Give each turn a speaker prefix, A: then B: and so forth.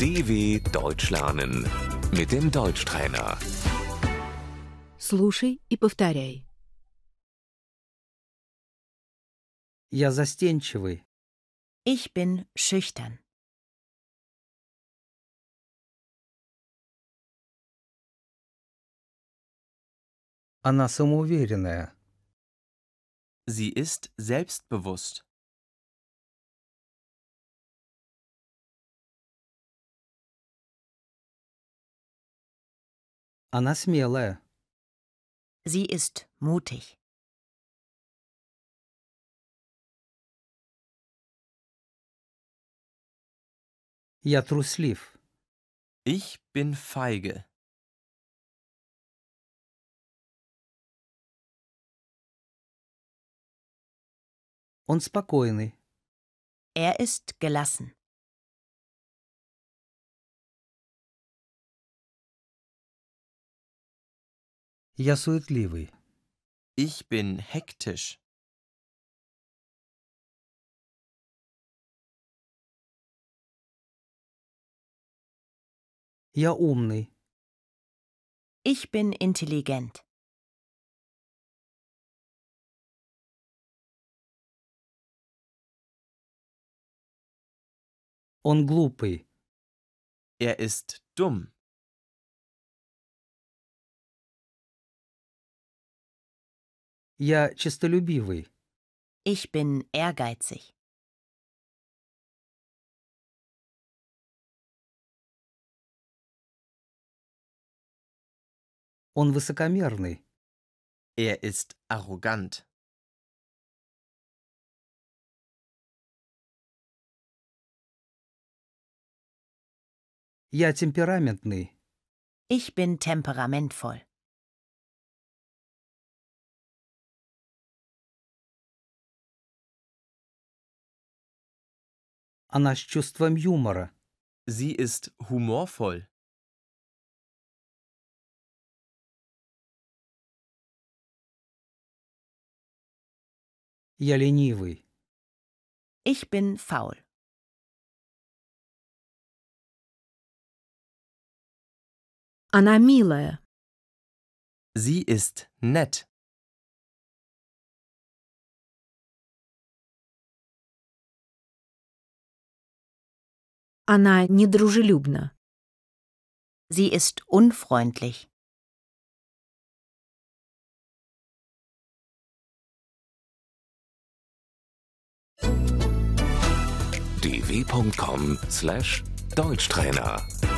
A: DW Deutsch lernen mit dem Deutschtrainer.
B: Слушай и повторяй.
C: Я застенчивый.
D: Ich bin schüchtern.
C: Она самоуверенная.
E: Sie ist selbstbewusst.
C: Она смелая.
D: Sie ist mutig.
C: Я труслив.
E: Ich bin feige.
C: Он спокойный.
D: Er ist gelassen.
C: Я суетливый.
E: Ich bin hektisch.
C: Я умный.
D: Ich bin intelligent.
C: Он глупый.
E: Er ist dumm.
C: Я честолюбивый.
D: Ich bin ehrgeizig.
C: Он высокомерный.
E: Er ist arrogant.
C: Я темпераментный.
D: Ich bin temperamentvoll.
C: Она с чувством юмора.
E: Sie ist humorvoll.
C: Я ленивый.
D: Ich bin faul.
B: Она милая.
E: Sie ist nett.
B: Она недружелюбна.
D: Sie ist unfreundlich.
A: dw.com/deutschtrainer